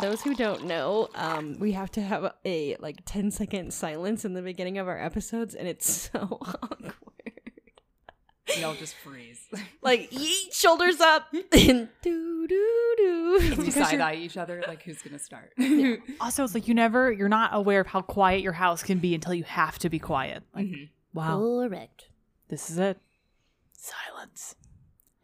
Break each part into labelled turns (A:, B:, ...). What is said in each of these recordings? A: those who don't know, um, we have to have a like 10 second silence in the beginning of our episodes, and it's so awkward.
B: Y'all just freeze.
A: Like, yeet, shoulders up, and do do do.
B: we
A: Because
B: side
A: you're-
B: eye each other. Like, who's gonna start?
C: Also, it's like you never, you're not aware of how quiet your house can be until you have to be quiet. Like,
B: Mhm.
C: wow,
A: Correct.
C: this is it. Silence.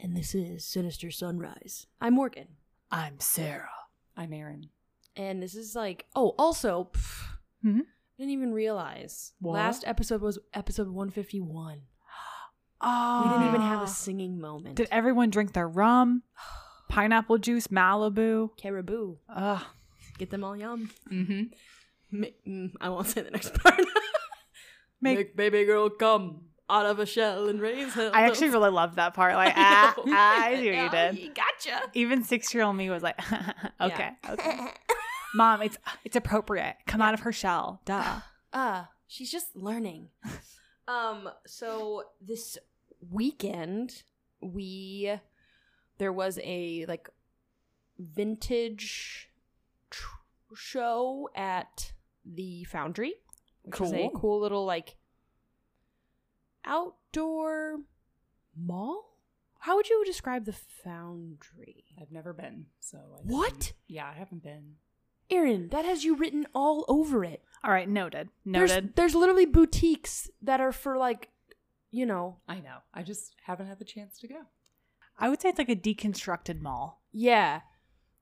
A: And this is Sinister Sunrise. I'm Morgan.
C: I'm Sarah.
B: I'm Aaron.
A: And this is like, oh, also, pff,
C: Mhm.
A: didn't even realize.
C: What?
A: Last episode was episode 151.
C: Oh.
A: We didn't even have a singing moment.
C: Did e- everyone drink their rum? Pineapple juice, Malibu.
A: Caribou.
C: Ugh.
A: Get them all yum.
B: Mm-hmm.
A: Ma- mm, I won't say the next part.
C: Make-
A: baby girl come out of a shell and raise her.
C: I actually really loved that part. Like, ah, I see what you did.
A: Gotcha.
C: Even six year old me was like, okay,
A: Yeah.
C: okay. Mom, it's it's appropriate. Come out of her shell. Duh.
A: Uh, she's just learning. um, so this weekend we there was a like vintage tr- show at the Foundry, which is a
C: Cool.
A: cool little like outdoor mall. How would you describe the Foundry?
B: I've never been, so I don't-
A: What?
B: Yeah, I haven't been.
A: Erin, that has you written all over it.
C: All right, noted.
A: There's-
C: Noted.
A: There's, literally boutiques that are for like, you know,
B: I know. I just haven't had the chance to go.
C: I would say it's like a deconstructed mall.
A: yeah,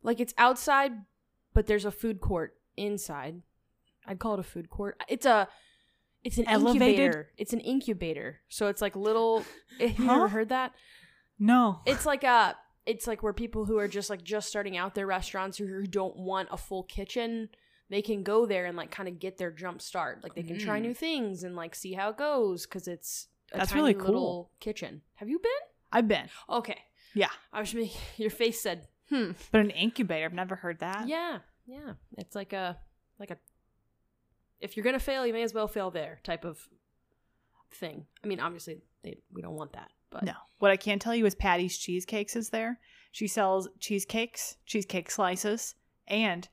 A: like it's outside, but there's a food court inside. I'd call it a food court. It's a, it's an
C: Elevated-
A: incubator. It's an incubator. So it's like little. Have you
C: Huh?
A: ever heard that?
C: No.
A: It's like a. It's like where people who are just like just starting out their restaurants or who don't want a full kitchen, they can go there and like kind of get their jump start. Like they can try
B: Mm.
A: new things and like see how it goes because it's a
C: That's
A: tiny
C: really cool.
A: little kitchen. Have you been?
C: I've been.
A: Okay.
C: Yeah.
A: I was making, your face said, hmm.
C: But an incubator, I've never heard that.
A: Yeah. Yeah. It's like a, like a, if you're going to fail, you may as well fail there type of thing. I mean, obviously, they, we don't want that, but.
C: No. What I can tell you is Patty's Cheesecakes is there. She sells cheesecakes, cheesecake slices, and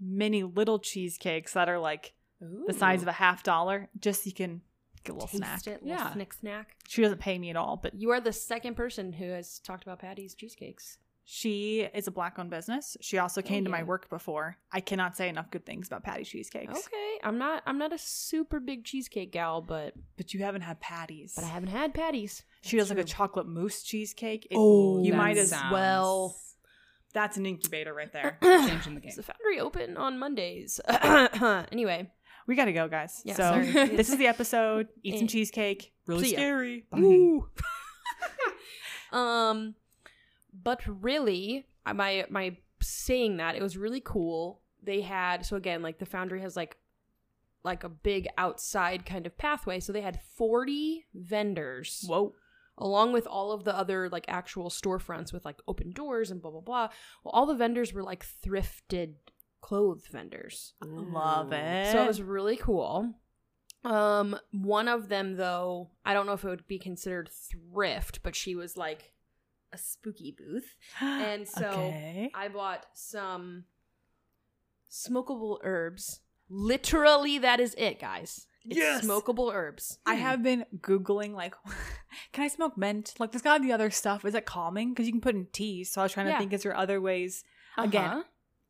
C: mini little cheesecakes that are like the size of a half dollar, just so you can get a little
A: Taste
C: snack.
A: it, little
B: Yeah.
A: snick snack.
C: She doesn't pay me at all, but
A: You are the second person who has talked about Patty's cheesecakes.
C: she is a black owned business. She also came to my
A: Oh, yeah.
C: work before. I cannot say enough good things about Patty's Cheesecakes.
A: Okay, I'm not I'm not a super big cheesecake gal, but
C: But you haven't had Patty's.
A: but I haven't had Patty's.
C: she does like a chocolate mousse cheesecake. It-
A: Oh,
C: you
B: That
C: might as
B: sounds-
A: well-
C: That's an incubator right there.
B: changing the game.
A: Is the foundry open on Mondays? anyway,
C: we gotta go, guys.
A: Yeah,
C: so
A: sorry.
C: this is the episode. Eat
A: Eh.
C: some cheesecake. Really
A: See ya.
C: scary. Bye.
A: Ooh. um, but really, I- my my saying that it was really cool. They had so again, like the foundry has like like a big outside kind of pathway. So they had forty vendors
C: Whoa.
A: along with all of the other like actual storefronts with like open doors and blah blah blah. Well, all the vendors were like thrifted clothes vendors.
C: Love it.
A: So it was really cool. Um, one of them though, I don't know if it would be considered thrift, but she was like a spooky booth. and so-
C: Okay.
A: I bought some smokable herbs. Literally, that is it, guys. It's
C: Yes!
A: smokable herbs.
C: I have been googling like, can I smoke mint? Like, there's gotta be other stuff. Is it calming? Because you can put in tea. So I was trying
A: Yeah.
C: to think, is there other ways? Again,
B: Uh-huh.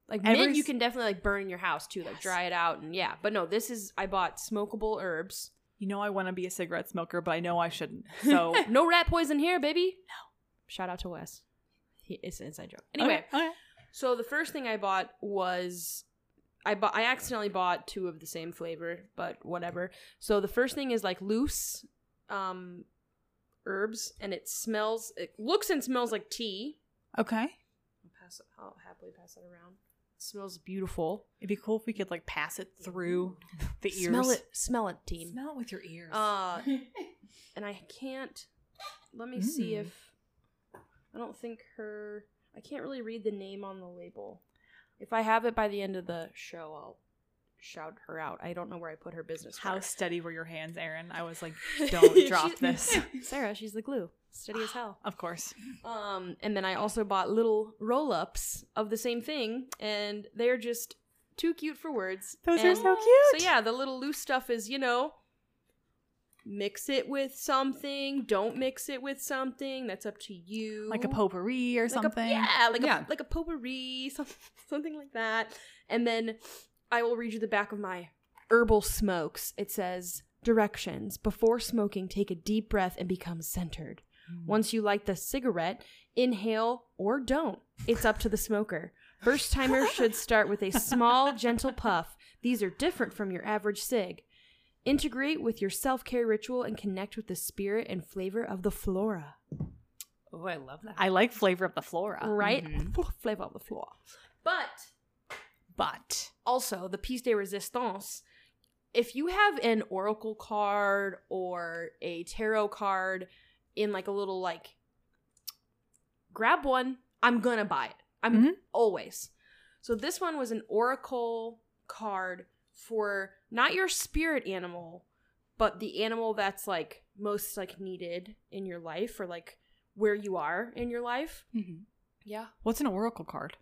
A: Like
C: Every
A: mint, you
C: s-
A: can definitely like burn in your house too, like
C: Yes.
A: dry it out and yeah. But no, this is I bought smokable herbs.
C: You know, I want to be a cigarette smoker, but I know I shouldn't. So
A: No rat poison here, baby. No. Shout out to Wes. He, it's an inside joke. Anyway,
C: Okay, okay.
A: So the first thing I bought was I bought I accidentally bought two of the same flavor, but whatever. So the first thing is like loose um herbs and it smells it looks and smells like tea.
C: okay.
A: I'll pass it I'll happily pass that around. smells beautiful.
C: It'd be cool if we could like pass it through the ears.
A: Smell it smell it, team.
C: Smell it with your ears.
A: Uh, and I can't. Let me see
C: Mm.
A: if. I don't think her. I can't really read the name on the label. If I have it by the end of the show, I'll shout her out. I don't know where I put her business.
C: How
A: card.
C: steady were your hands, Aaron? I was like,
A: She's-
C: don't drop this.
A: Sarah, she's the glue. Steady as hell.
C: Of course.
A: Um, and then I also bought little roll ups of the same thing, and they're just too cute for words.
C: Those are
A: And
C: so
A: So
C: cute.
A: yeah, the little loose stuff is you know, mix it with something. Don't mix it with something. That's up to you.
C: Like a potpourri or
A: Like a-
C: something.
A: yeah, like a
B: Yeah.
A: like a potpourri, some, something like that. And then I will read you the back of my herbal smokes. It says directions before smoking take a deep breath and become centered once you light the cigarette, inhale or don't. It's up to the smoker. First timers should start with a small, gentle puff. These are different from your average cig. Integrate with your self care ritual and connect with the spirit and flavor of the flora.
B: Oh, I love that.
C: I like flavor of the flora,
A: Right?
B: Mhm.
A: Flavor of the flora. But
C: but
A: also the piece de resistance if you have an oracle card or a tarot card in like a little like grab one i'm gonna buy it i'm
C: Mhm.
A: always so this one was an oracle card for not your spirit animal but the animal that's like most like needed in your life or like where you are in your life
B: Mhm.
A: yeah
C: what's an oracle card?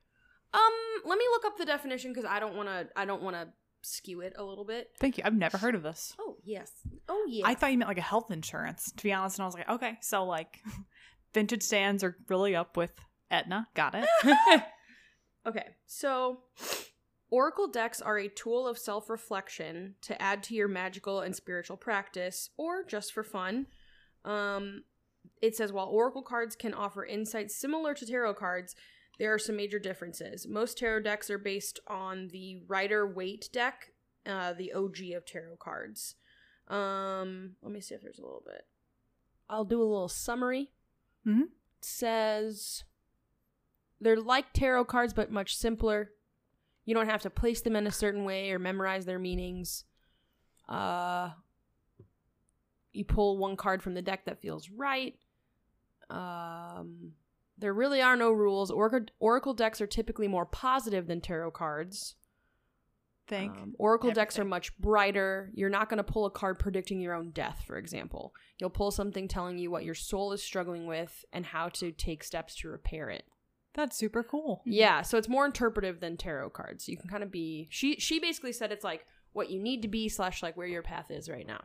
A: um, let me look up the definition because I don't want to. I don't want to skew it a little bit.
C: Thank you. I've never heard of this.
A: Oh yes. Oh yes.
C: I thought you meant like a health insurance, to be honest. And I was like, okay, so like vintage stands are really up with Etna. Got it.
A: okay, so oracle decks are a tool of self-reflection to add to your magical and spiritual practice, or just for fun. Um, it says while oracle cards can offer insights similar to tarot cards. There are some major differences. Most tarot decks are based on the Rider Waite deck, uh, the OG of tarot cards. Um, let me see if there's a little bit. I'll do a little summary.
C: Mhm.
A: Says they're like tarot cards, but much simpler. You don't have to place them in a certain way or memorize their meanings. Uh, you pull one card from the deck that feels right. Um, there really are no rules. Oracle, oracle decks are typically more positive than tarot cards.
C: Thank.
A: Um, Oracle decks are
C: everything.
A: much brighter. You're not going to pull a card predicting your own death, for example. You'll pull something telling you what your soul is struggling with and how to take steps to repair it.
C: That's super cool.
B: Mhm.
A: Yeah, so it's more interpretive than tarot cards. You can kind of be. She she basically said it's like what you need to be slash like where your path is right now.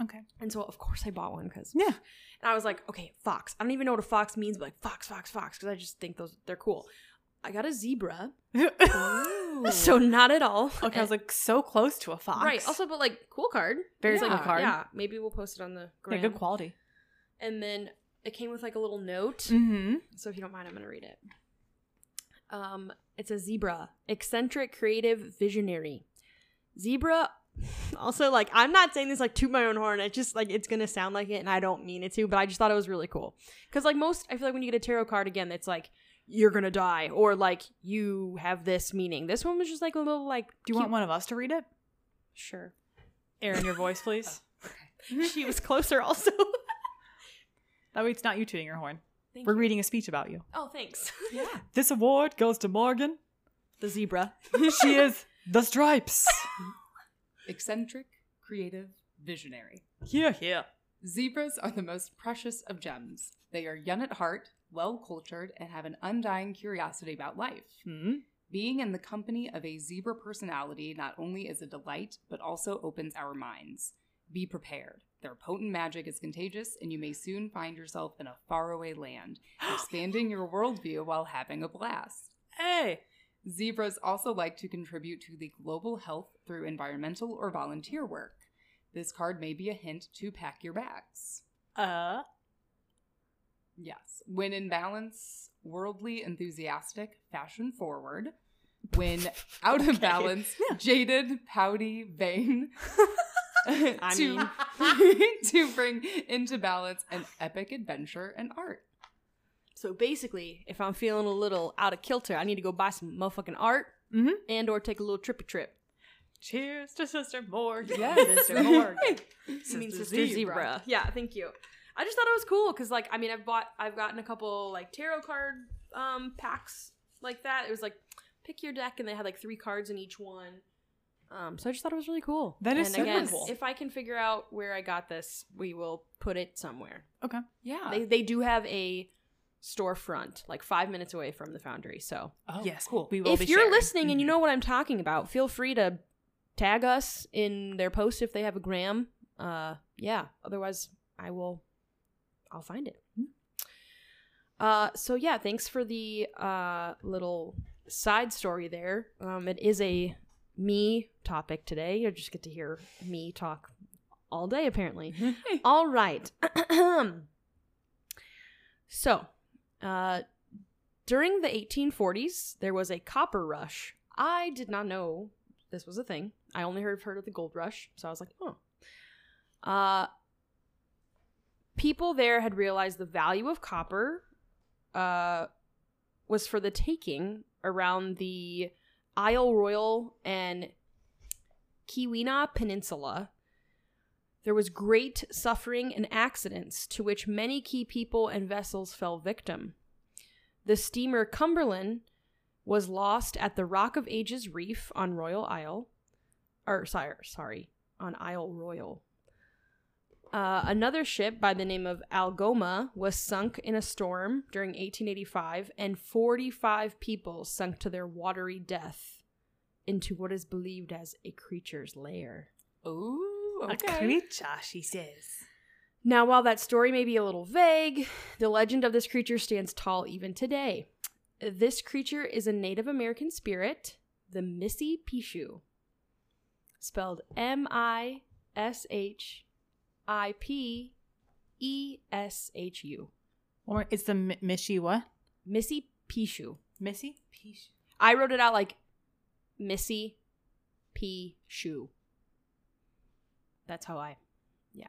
C: Okay.
A: And so of course I bought one because
C: Yeah.
A: and I was like, okay, fox. I don't even know what a fox means, but like fox, fox, fox, because I just think those they're cool. I got a zebra, so not at all.
C: okay, I was like so close to a fox.
A: Right. Also, but like cool card.
C: Very
A: yeah,
C: cool card.
A: Yeah. Maybe we'll post it on the
C: yeah,
A: gram.
C: good quality.
A: And then it came with like a little note.
C: Mm-hmm.
A: So if you don't mind, I'm gonna read it. Um, it's a zebra, eccentric, creative, visionary. Zebra. Also, like I'm not saying this like to my own horn. It's just like it's gonna sound like it, and I don't mean it to. But I just thought it was really cool because like most, I feel like when you get a tarot card again, it's like you're gonna die or like you have this meaning. This one was just like a little like.
C: Do you want one of us to read it?
A: Sure.
C: Aaron, your voice, please.
A: she was closer also.
C: That way, Oh, it's not you tooting your horn. We're reading a speech about you.
A: Oh, thanks.
B: Yeah.
C: This award goes to Morgan.
A: The zebra.
C: she is the stripes.
B: Eccentric, creative, visionary.
C: Yeah, yeah.
B: Zebras are the most precious of gems. They are young at heart, well cultured, and have an undying curiosity about life.
C: Hmm.
B: Being in the company of a zebra personality not only is a delight, but also opens our minds. Be prepared. Their potent magic is contagious, and you may soon find yourself in a faraway land, expanding your worldview while having a blast.
C: Hey.
B: Zebras also like to contribute to the global health through environmental or volunteer work. This card may be a hint to pack your bags.
C: Uh.
B: Yes. When in balance, worldly, enthusiastic, fashion forward. When out of
C: Okay.
B: balance, jaded, pouty, vain.
A: I
B: to, to bring into balance an epic adventure and art.
A: So basically, if I'm feeling a little out of kilter, I need to go buy some motherfucking art
C: Mhm.
A: and or take a little trippy trip.
C: Cheers to Sister Morgan.
B: Yes.
C: Sister Morgan.
A: I mean, Sister Zebra. Yeah, thank you. I just thought it was cool because, like, I mean, I've bought, I've gotten a couple like tarot card um packs like that. It was like pick your deck, and they had like three cards in each one. Um, so I just thought it was really cool.
C: That is
A: and
C: super
A: again,
C: cool.
A: If I can figure out where I got this, we will put it somewhere.
C: Ah.
B: Yeah.
A: They they do have a storefront like five minutes away from the foundry. So
B: oh,
C: yes,
B: Cool.
C: We will
A: if
C: be
A: you're
C: sharing. Mm-hmm.
A: listening and you know what I'm talking about, feel free to tag us in their post if they have a gram. Uh, yeah. Otherwise, I will. I'll find it.
C: Mm-hmm.
A: Uh, so yeah, thanks for the uh little side story there. Um, it is a me topic today. You just get to hear me talk all day apparently. All right. so, uh, during the 1840s, there was a copper rush. I did not know this was a thing. I only heard heard of the gold rush, so I was like, oh. Uh, people there had realized the value of copper uh, was for the taking around the Isle Royal and Keweenaw Peninsula. There was great suffering and accidents to which many key people and vessels fell victim. The steamer Cumberland was lost at the Rock of Ages Reef on Royal Isle, or sorry, sorry on Isle Royal. Uh, another ship by the name of Algoma was sunk in a storm during 1885, and 45 people sunk to their watery death into what is believed as a creature's lair.
B: Ooh. Okay.
C: A creature, she says.
A: Now, while that story may be a little vague, the legend of this creature stands tall even today. This creature is a Native American spirit, the Missy Pishu, spelled M I S H I P E S H U.
C: Or it's the M- Missy what?
A: Missy Pishu.
C: Missy?
A: I wrote it out like Missy P Shoe. That's how I, yeah.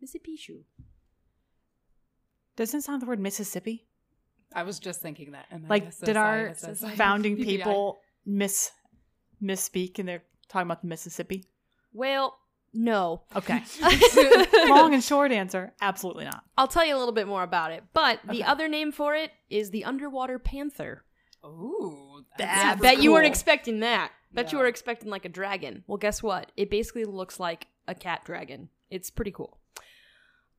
A: Missy P Shoe.
C: Doesn't it sound the word Mississippi?
B: I was just thinking that. And I
C: Like,
B: guess
C: did
B: that's
C: our
B: I- that's I-
C: founding
B: PPI.
C: people miss misspeak and they're talking about the Mississippi?
A: Well, no.
C: Okay. Long and short answer, absolutely not.
A: I'll tell you a little bit more about it. But
C: Okay.
A: the other name for it is the underwater panther.
B: Ooh.
C: Yeah,
A: I
C: That's
A: bet you weren't
C: cool.
A: expecting that. Bet you
B: No.
A: were expecting like a dragon. Well, guess what? It basically looks like a cat dragon. It's pretty cool.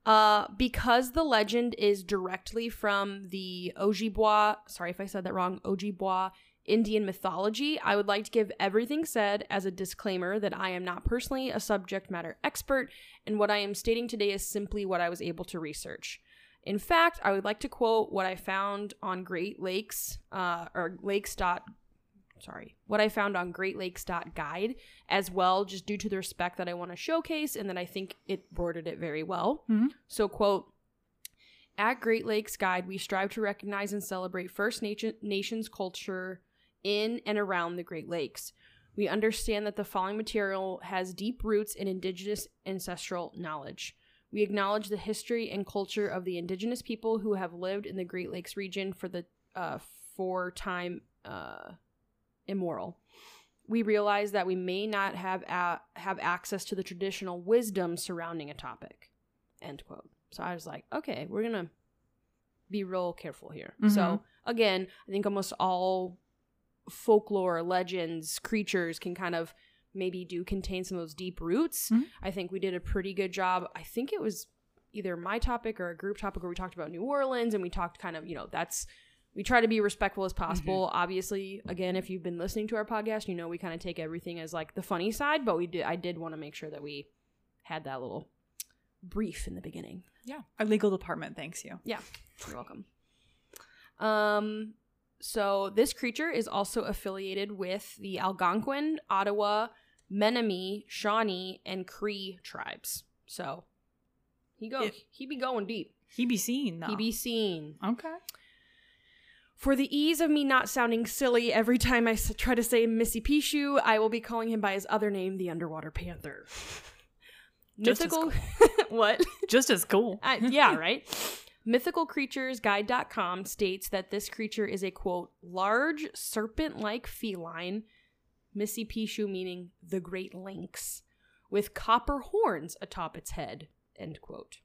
A: Uh, because the legend is directly from the Ojibwa, sorry if I said that wrong, Ojibwa Indian mythology, I would like to give everything said as a disclaimer that I am not personally a subject matter expert, and what I am stating today is simply what I was able to research. In fact, I would like to quote what I found on Great Lakes, uh, or lakes. dot Sorry, what I found on Great Lakes dot Guide as well, just due to the respect that I want to showcase and that I think it bordered it very well.
C: Mhm.
A: So, quote, at Great Lakes Guide, we strive to recognize and celebrate First Nation- Nations culture in and around the Great Lakes. We understand that the following material has deep roots in Indigenous ancestral knowledge. We acknowledge the history and culture of the indigenous people who have lived in the Great Lakes region for the uh, for time uh, immoral. We realize that we may not have a- have access to the traditional wisdom surrounding a topic. End quote. So I was like, okay, we're gonna be real careful here. So again, I think almost all folklore, legends, creatures can kind of maybe do contain some of those deep roots.
C: Mhm.
A: I think we did a pretty good job. I think it was either my topic or a group topic where we talked about New Orleans and we talked kind of, you know, that's we try to be respectful as possible. Obviously, again, if you've been listening to our podcast, you know we kind of take everything as like the funny side, but we did I did want to make sure that we had that little brief in the beginning.
C: Our legal department thanks you.
A: You're welcome. Um, so this creature is also affiliated with the Algonquin, Ottawa, Menomee, Shawnee, and Cree tribes. So he go
C: It-
A: he be going deep.
C: He be seen though.
A: He be seen.
C: Okay.
A: For the ease of me not sounding silly every time I s- try to say Missy Pishu, I will be calling him by his other name, the Underwater Panther.
C: Just as
A: Mythical. what?
C: Just as cool.
A: I, yeah, right? Mythicalcreaturesguide.com states that this creature is a quote, large serpent like feline, Missy Pishu meaning the great lynx, with copper horns atop its head, end quote.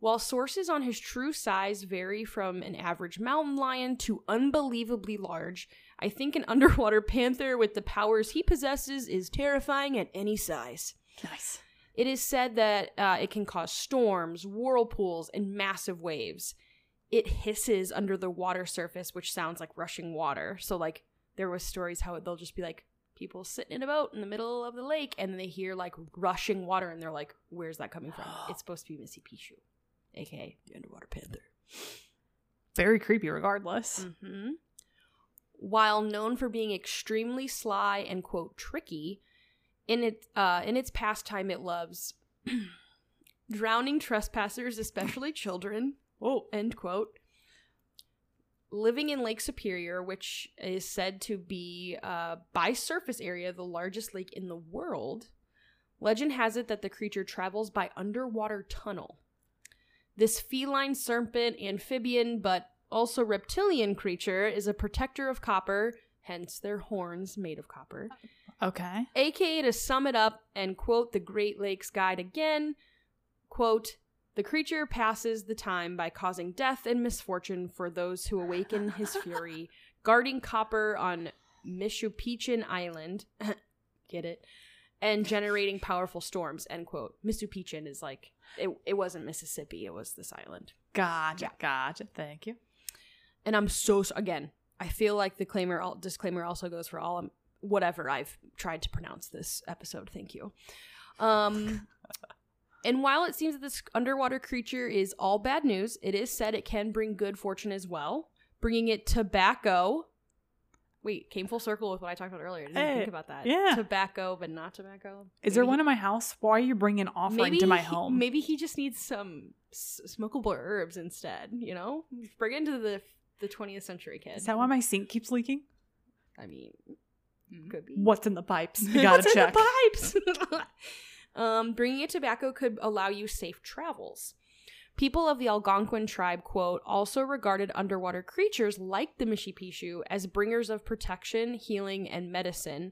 A: While sources on his true size vary from an average mountain lion to unbelievably large, I think an underwater panther with the powers he possesses is terrifying at any size.
C: Nice.
A: It is said that uh, it can cause storms, whirlpools, and massive waves. It hisses under the water surface, which sounds like rushing water. So, like, there was stories how they'll just be like people sitting in a boat in the middle of the lake, and they hear like rushing water, and they're like, "Where's that coming from?" It's supposed to be Missy Pichu, aka the underwater panther.
C: Very creepy, regardless.
A: Mm-hmm. While known for being extremely sly and quote tricky, in its uh, in its pastime, it loves drowning trespassers, especially children.
C: Oh,
A: End quote. Living in Lake Superior, which is said to be uh, by surface area the largest lake in the world, legend has it that the creature travels by underwater tunnel. This feline serpent, amphibian, but also reptilian creature is a protector of copper, hence their horns made of copper.
C: okay.
A: AKA to sum it up and quote the Great Lakes Guide again, quote, the creature passes the time by causing death and misfortune for those who awaken his fury, guarding copper on Mishupichin Island. Get it? And generating powerful storms, end quote. Mishupichin is like, it, it wasn't Mississippi, it was this island.
C: Gotcha.
A: Yeah.
C: Gotcha. Thank you.
A: and I'm so s- again. I feel like the claimer al- disclaimer also goes for all um, whatever I've tried to pronounce this episode. Thank you. Um, and while it seems that this underwater creature is all bad news, it is said it can bring good fortune as well, bringing it tobacco. Wait, came full circle with what I talked about earlier. I didn't
C: Hey,
A: think about that.
C: yeah.
A: tobacco, but not tobacco.
C: Is there one in my house? Why are you bringing an offering to my
A: he-
C: home?
A: maybe he just needs some s- smokable herbs instead. You know, bring it into the the 20th century kid.
C: Is that why my sink keeps leaking?
A: I mean,
B: Mhm.
A: could be.
C: What's in the pipes? You gotta
A: Mm. What's
C: check.
A: in the pipes? um, bringing in tobacco could allow you safe travels. People of the Algonquin tribe, quote, also regarded underwater creatures like the Mishipishu as bringers of protection, healing, and medicine.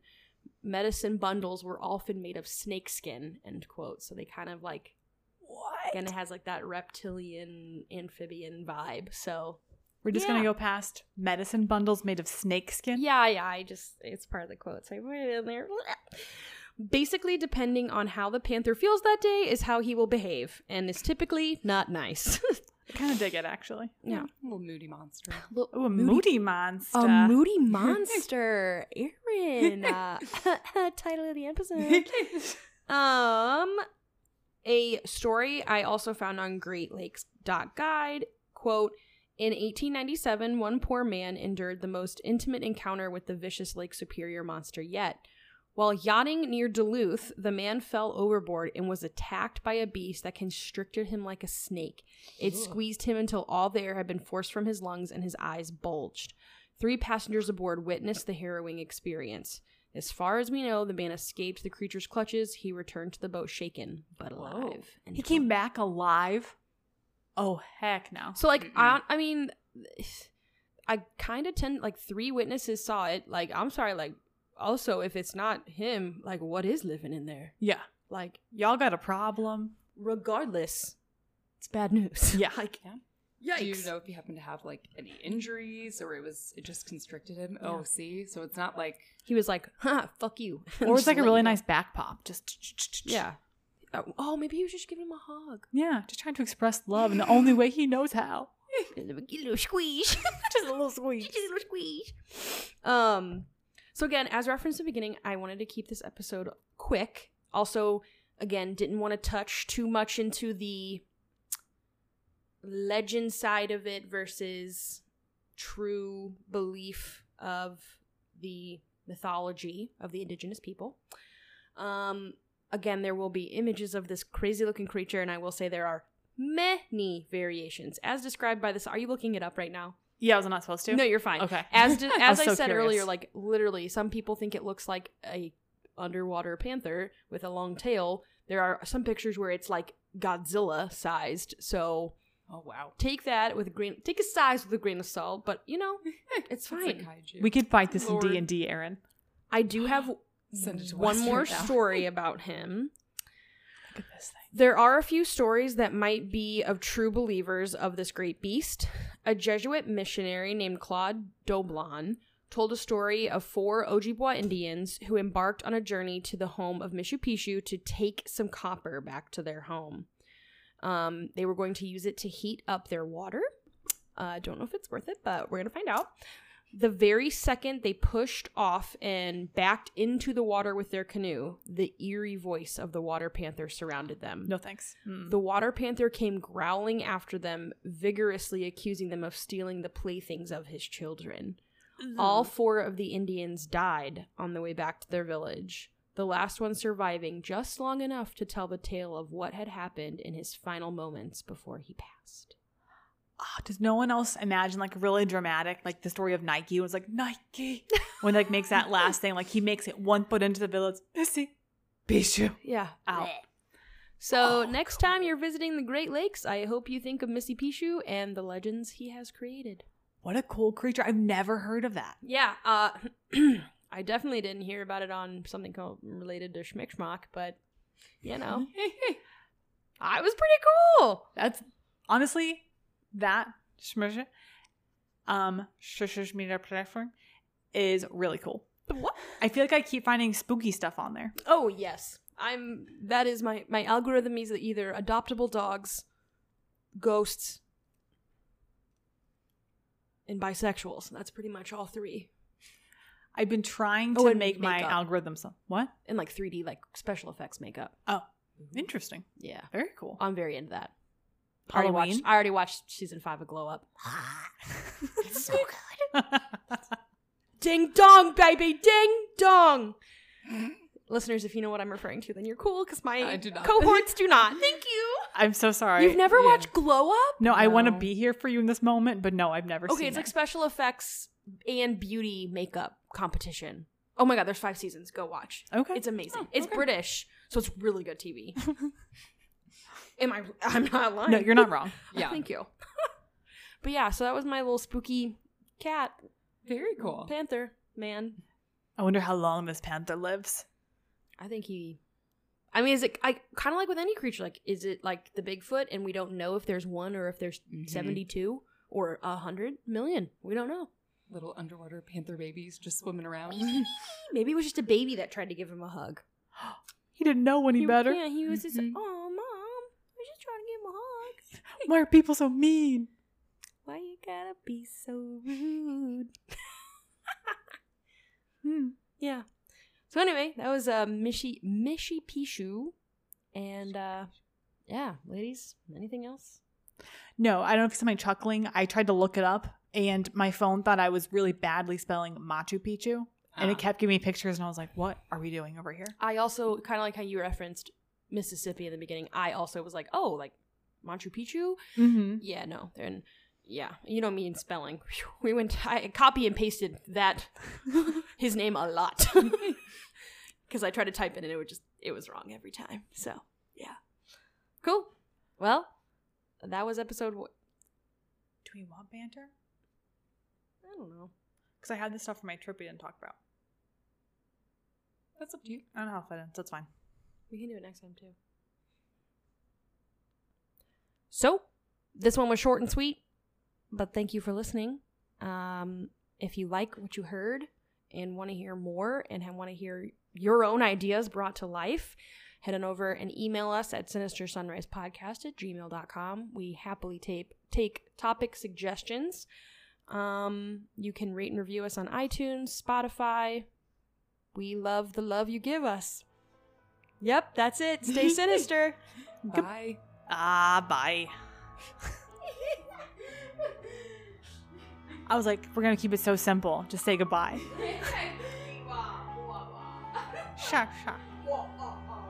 A: Medicine bundles were often made of snake skin, end quote. So they kind of like,
C: What?
A: again, it has like that reptilian, amphibian vibe. So
C: We're just
A: Yeah.
C: gonna go past medicine bundles made of snake skin.
A: Yeah, yeah. I just it's part of the quote, so I put it in there. Basically, depending on how the panther feels that day is how he will behave, and is typically not nice.
C: Kind of dig it actually.
A: yeah,
B: little moody monster.
C: Oh, a
A: Moody-
C: moody, monster.
A: a moody monster, Aaron. Uh, title of the episode. Um, a story I also found on GreatLakes.guide quote in 1897 one poor man endured the most intimate encounter with the vicious lake superior monster yet while yachting near duluth the man fell overboard and was attacked by a beast that constricted him like a snake it
B: Ugh.
A: squeezed him until all the air had been forced from his lungs and his eyes bulged three passengers aboard witnessed the harrowing experience as far as we know, the man escaped the creature's clutches. He returned to the boat shaken, but
B: Whoa.
A: alive.
C: He came back alive. Oh heck no.
A: So like
B: Mm-mm.
A: I, I mean, I kind of tend like three witnesses saw it. Like I'm sorry, like also if it's not him, like what is living in there?
C: Yeah.
A: Like
C: Y'all got a problem.
A: regardless, it's bad news.
C: Yeah.
A: like
B: Do you know if he happened to have like any injuries or it was it just constricted him? Oh,
A: Yeah.
B: see, so it's not like
A: he was like, ha, fuck you.
C: Or it's like a really
A: Let
C: nice
A: you
C: back pop. Just
A: go. Yeah. Oh, Oh, maybe you should just give him a hug.
C: Yeah. Just trying to express love in the only way he knows how.
A: Give him a little squeeze.
C: Just a little squeeze.
A: Just a little squeeze. Um. So again, as referenced at the beginning, I wanted to keep this episode quick. Also, again, didn't want to touch too much into the legend side of it versus true belief of the mythology of the indigenous people. Um. Again, there will be images of this crazy looking creature, and I will say there are many variations, as described by this. Are you looking it up right now?
C: Yeah, was I not supposed to?
A: No, you're fine.
C: Okay.
A: As di- as I,
C: so
A: said
C: curious.
A: earlier, like literally, some people think it looks like a underwater panther with a long tail. There are some pictures where it's like Godzilla sized. So
B: oh wow,
A: take that with a grain. Take a size with a grain of salt, but you know it's
B: like
A: fine.
B: kaiju.
C: we could fight this in
B: Lord.
C: D and D, Aaron.
A: I do have
B: Send it to
A: one
B: Western
A: more
B: now.
A: story about him.
C: Look at this thing.
A: There are a few stories that might be of true believers of this great beast. A Jesuit missionary named Claude Doblon told a story of four Ojibwa Indians who embarked on a journey to the home of Mishu Pishu to take some copper back to their home. Um, they were going to use it to heat up their water. I uh, don't know if it's worth it, but we're going to find out. The very second they pushed off and backed into the water with their canoe, the eerie voice of the water panther surrounded them.
C: No thanks. Mm.
A: The water panther came growling after them, vigorously accusing them of stealing the playthings of his children. All four of the Indians died on the way back to their village, the last one surviving just long enough to tell the tale of what had happened in his final moments before he passed.
C: Ah, does no one else imagine like really dramatic, like the story of Nike was like Nike when like makes that last thing, like he makes it one foot into the village, Missy, Bishu
A: Yeah.
C: out.
A: So
C: Oh,
A: next time you're visiting the Great Lakes, I hope you think of Missy Pishu and the legends he has created.
C: What a cool creature! I've never heard of that.
A: Yeah, uh, I definitely didn't hear about it on something called related to Schmickschmack, but you
C: Mm-hmm.
A: know, I was pretty cool.
C: That's honestly that shmursh, um shush media platform is really cool.
A: What?
C: I feel like I keep finding spooky stuff on there.
A: Oh yes, I'm. That is my my algorithm is either adoptable dogs, ghosts, and bisexuals. That's pretty much all three.
C: I've been trying to
A: Oh, and
C: make my
A: makeup.
C: algorithm some what?
A: And like 3D like special effects makeup.
C: Oh, interesting.
A: Yeah,
C: Very cool.
A: I'm very into that. I already
C: Halloween.
A: watched. I already watched season five of Glow Up.
C: it's so good.
A: Ding dong, baby, ding dong. Listeners, if you know what I'm referring to, then you're cool because my
B: I do not.
A: cohorts do not. Thank you.
C: I'm so sorry.
A: You've never
B: Yeah.
A: watched Glow Up?
C: no, I want to
B: No.
C: be here for you in this moment, but no, I've never
A: Okay,
C: seen
A: it's like
C: it.
A: special effects and beauty makeup competition. Oh my god, there's five seasons. Go watch.
C: Okay.
A: It's amazing.
B: Oh,
A: It's
B: okay.
A: British, so it's really good TV. Am I? I'm not lying.
C: no, you're not wrong.
B: yeah.
A: Thank you. but yeah, so that was my little spooky cat
B: Very cool.
A: panther man.
C: I wonder how long this panther lives.
A: I think he. I mean, is it? I kind of like with any creature. Like, is it like the Bigfoot, and we don't know if there's one or if there's
B: Mhm.
A: seventy-two or a hundred million. We don't know.
B: Mm-hmm. Little underwater panther babies just swimming around.
A: Maybe it was just a baby that tried to give him a hug.
C: He didn't know any better. Mm-hmm.
A: Yeah, he was just. Oh,
B: Mhm.
A: mom, I was just trying to give him a hug.
C: Why are people so mean?
A: Why you gotta be so rude?
C: Hmm.
A: Yeah. So anyway, that was uh, Mishi Mishi Pishu, and uh, yeah, ladies, anything else?
C: No, I don't know if it's something chuckling. I tried to look it up, and my phone thought I was really badly spelling Machu Picchu, and it
B: Ah.
C: kept giving me pictures, and I was like, "What are we doing over here?"
A: I also kind of like how you referenced Mississippi in the beginning. I also was like, oh, like Machu Picchu.
C: Mm-hmm.
A: Yeah, no, and yeah, you know me and spelling. Phew, We went. I copy and pasted that his name a lot because I tried to type it and it would just it was wrong every time. So yeah, cool. Well, that was episode. One.
C: Do we want banter?
A: I don't know.
C: Because I had this stuff for my trip we didn't talk about.
B: That's up to you.
C: I don't know how fit in. That's fine.
A: We can do it next time too. So, this one was short and sweet, but thank you for listening. Um, if you like what you heard and want to hear more and want to hear your own ideas brought to life, head on over and email us at sinistersunrisepodcast at gmail.com. We happily tape, take topic suggestions. Um, you can rate and review us on iTunes, Spotify. We love the love you give us. Yep, that's it. Stay sinister.
B: Bye.
C: Ah, bye. I was like, we're gonna keep it so simple. Just say goodbye. Sure, sure.
D: Whoa, oh, oh.